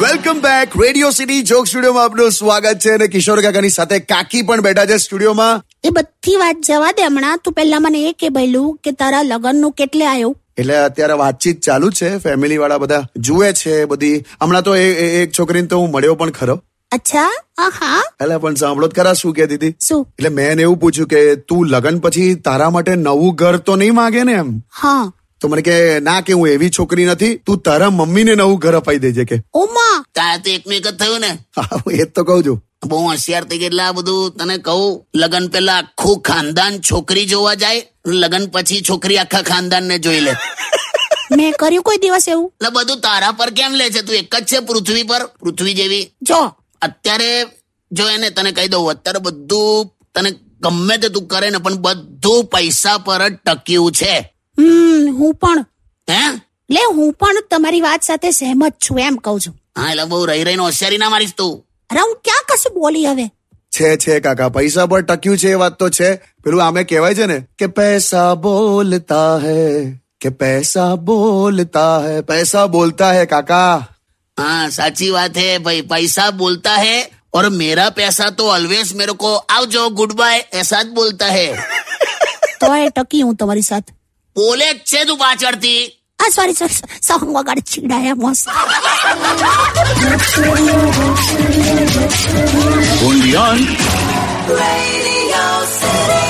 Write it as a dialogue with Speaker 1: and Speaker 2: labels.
Speaker 1: Welcome back Radio City joke સ્ટુડિયોમાં આપનું સ્વાગત છે અને કિશોર કાકાની સાથે કાકી પણ બેઠા છે સ્ટુડિયોમાં
Speaker 2: એ બધી વાત જવા દે હમણાં તું પહેલા મને એ કે ભઈલું કે તારા લગ્નનું કેટલે આવ્યું
Speaker 1: એટલે અત્યારે વાતચીત ચાલુ છે ફેમિલી વાળા બધા જુએ છે બધી હમણાં તો એ- એ- એક છોકરીને તો હું મળ્યો પણ ખરો
Speaker 2: અચ્છા આ હા
Speaker 1: એટલે પણ સાંભળો તો ખરા શું કહેતી હતી
Speaker 2: શું
Speaker 1: એટલે મેં એને એવું પૂછ્યું કે તું લગ્ન પછી તારા માટે નવું ઘર તો નહીં માગે ને એમ
Speaker 2: હા
Speaker 1: તો મને કે ના કે હું એવી છોકરી નથી તું તારા મમ્મીને નવું ઘર અપાઈ દેજે કે
Speaker 2: ઓમાં
Speaker 3: તારે તો એકનું એક જ થયું ને
Speaker 1: હા હું એ જ તો કહું છું
Speaker 3: બહુ હોશિયાર થઈ ગઈ એટલે આ બધું તને કહું લગન પેલા આખું ખાનદાન છોકરી જોવા જાય લગન પછી છોકરી આખા ખાનદાન ને જોઈ લે એટલે
Speaker 2: મેં કર્યું કોઈ દિવસ એવું
Speaker 3: બધું તારા પર કેમ લે છે તું એક જ છે પૃથ્વી પર પૃથ્વી જેવી
Speaker 2: જો
Speaker 3: અત્યારે જો એને તને કહી દઉં અત્યારે બધું તને ગમે તે તું કરે ને પણ બધું પૈસા પર જ ટક્યું છે
Speaker 2: હમ હું પણ
Speaker 3: હે
Speaker 2: લે હું પણ તમારી વાત સાથે સહેમત છું એમ કહું છું
Speaker 3: હા એટલે બહુ રહી રહીને હોશિયારી ના મારીશ તું
Speaker 2: અરે હું ક્યાં કશું બોલી હવે
Speaker 1: છે છે કાકા પૈસા પર ટક્યું છે એ વાત તો છે પેલું આમે કહેવાય છે ને કે પૈસા બોલતા હે કે પૈસા બોલતા હે પૈસા બોલતા હે કાકા
Speaker 3: हाँ साची बात है भाई पैसा बोलता है और मेरा पैसा तो ऑलवेज मेरे को आओ जाओ गुड बाय ऐसा ज बोलता है
Speaker 2: તો એ ટકી હું તમારી સાથે
Speaker 3: बोले छे तू पाचड़ थी
Speaker 2: આ સોરી સોરી સોંગ વગાડ ચીડાયા મસ્ત
Speaker 4: Only on
Speaker 5: Radio City.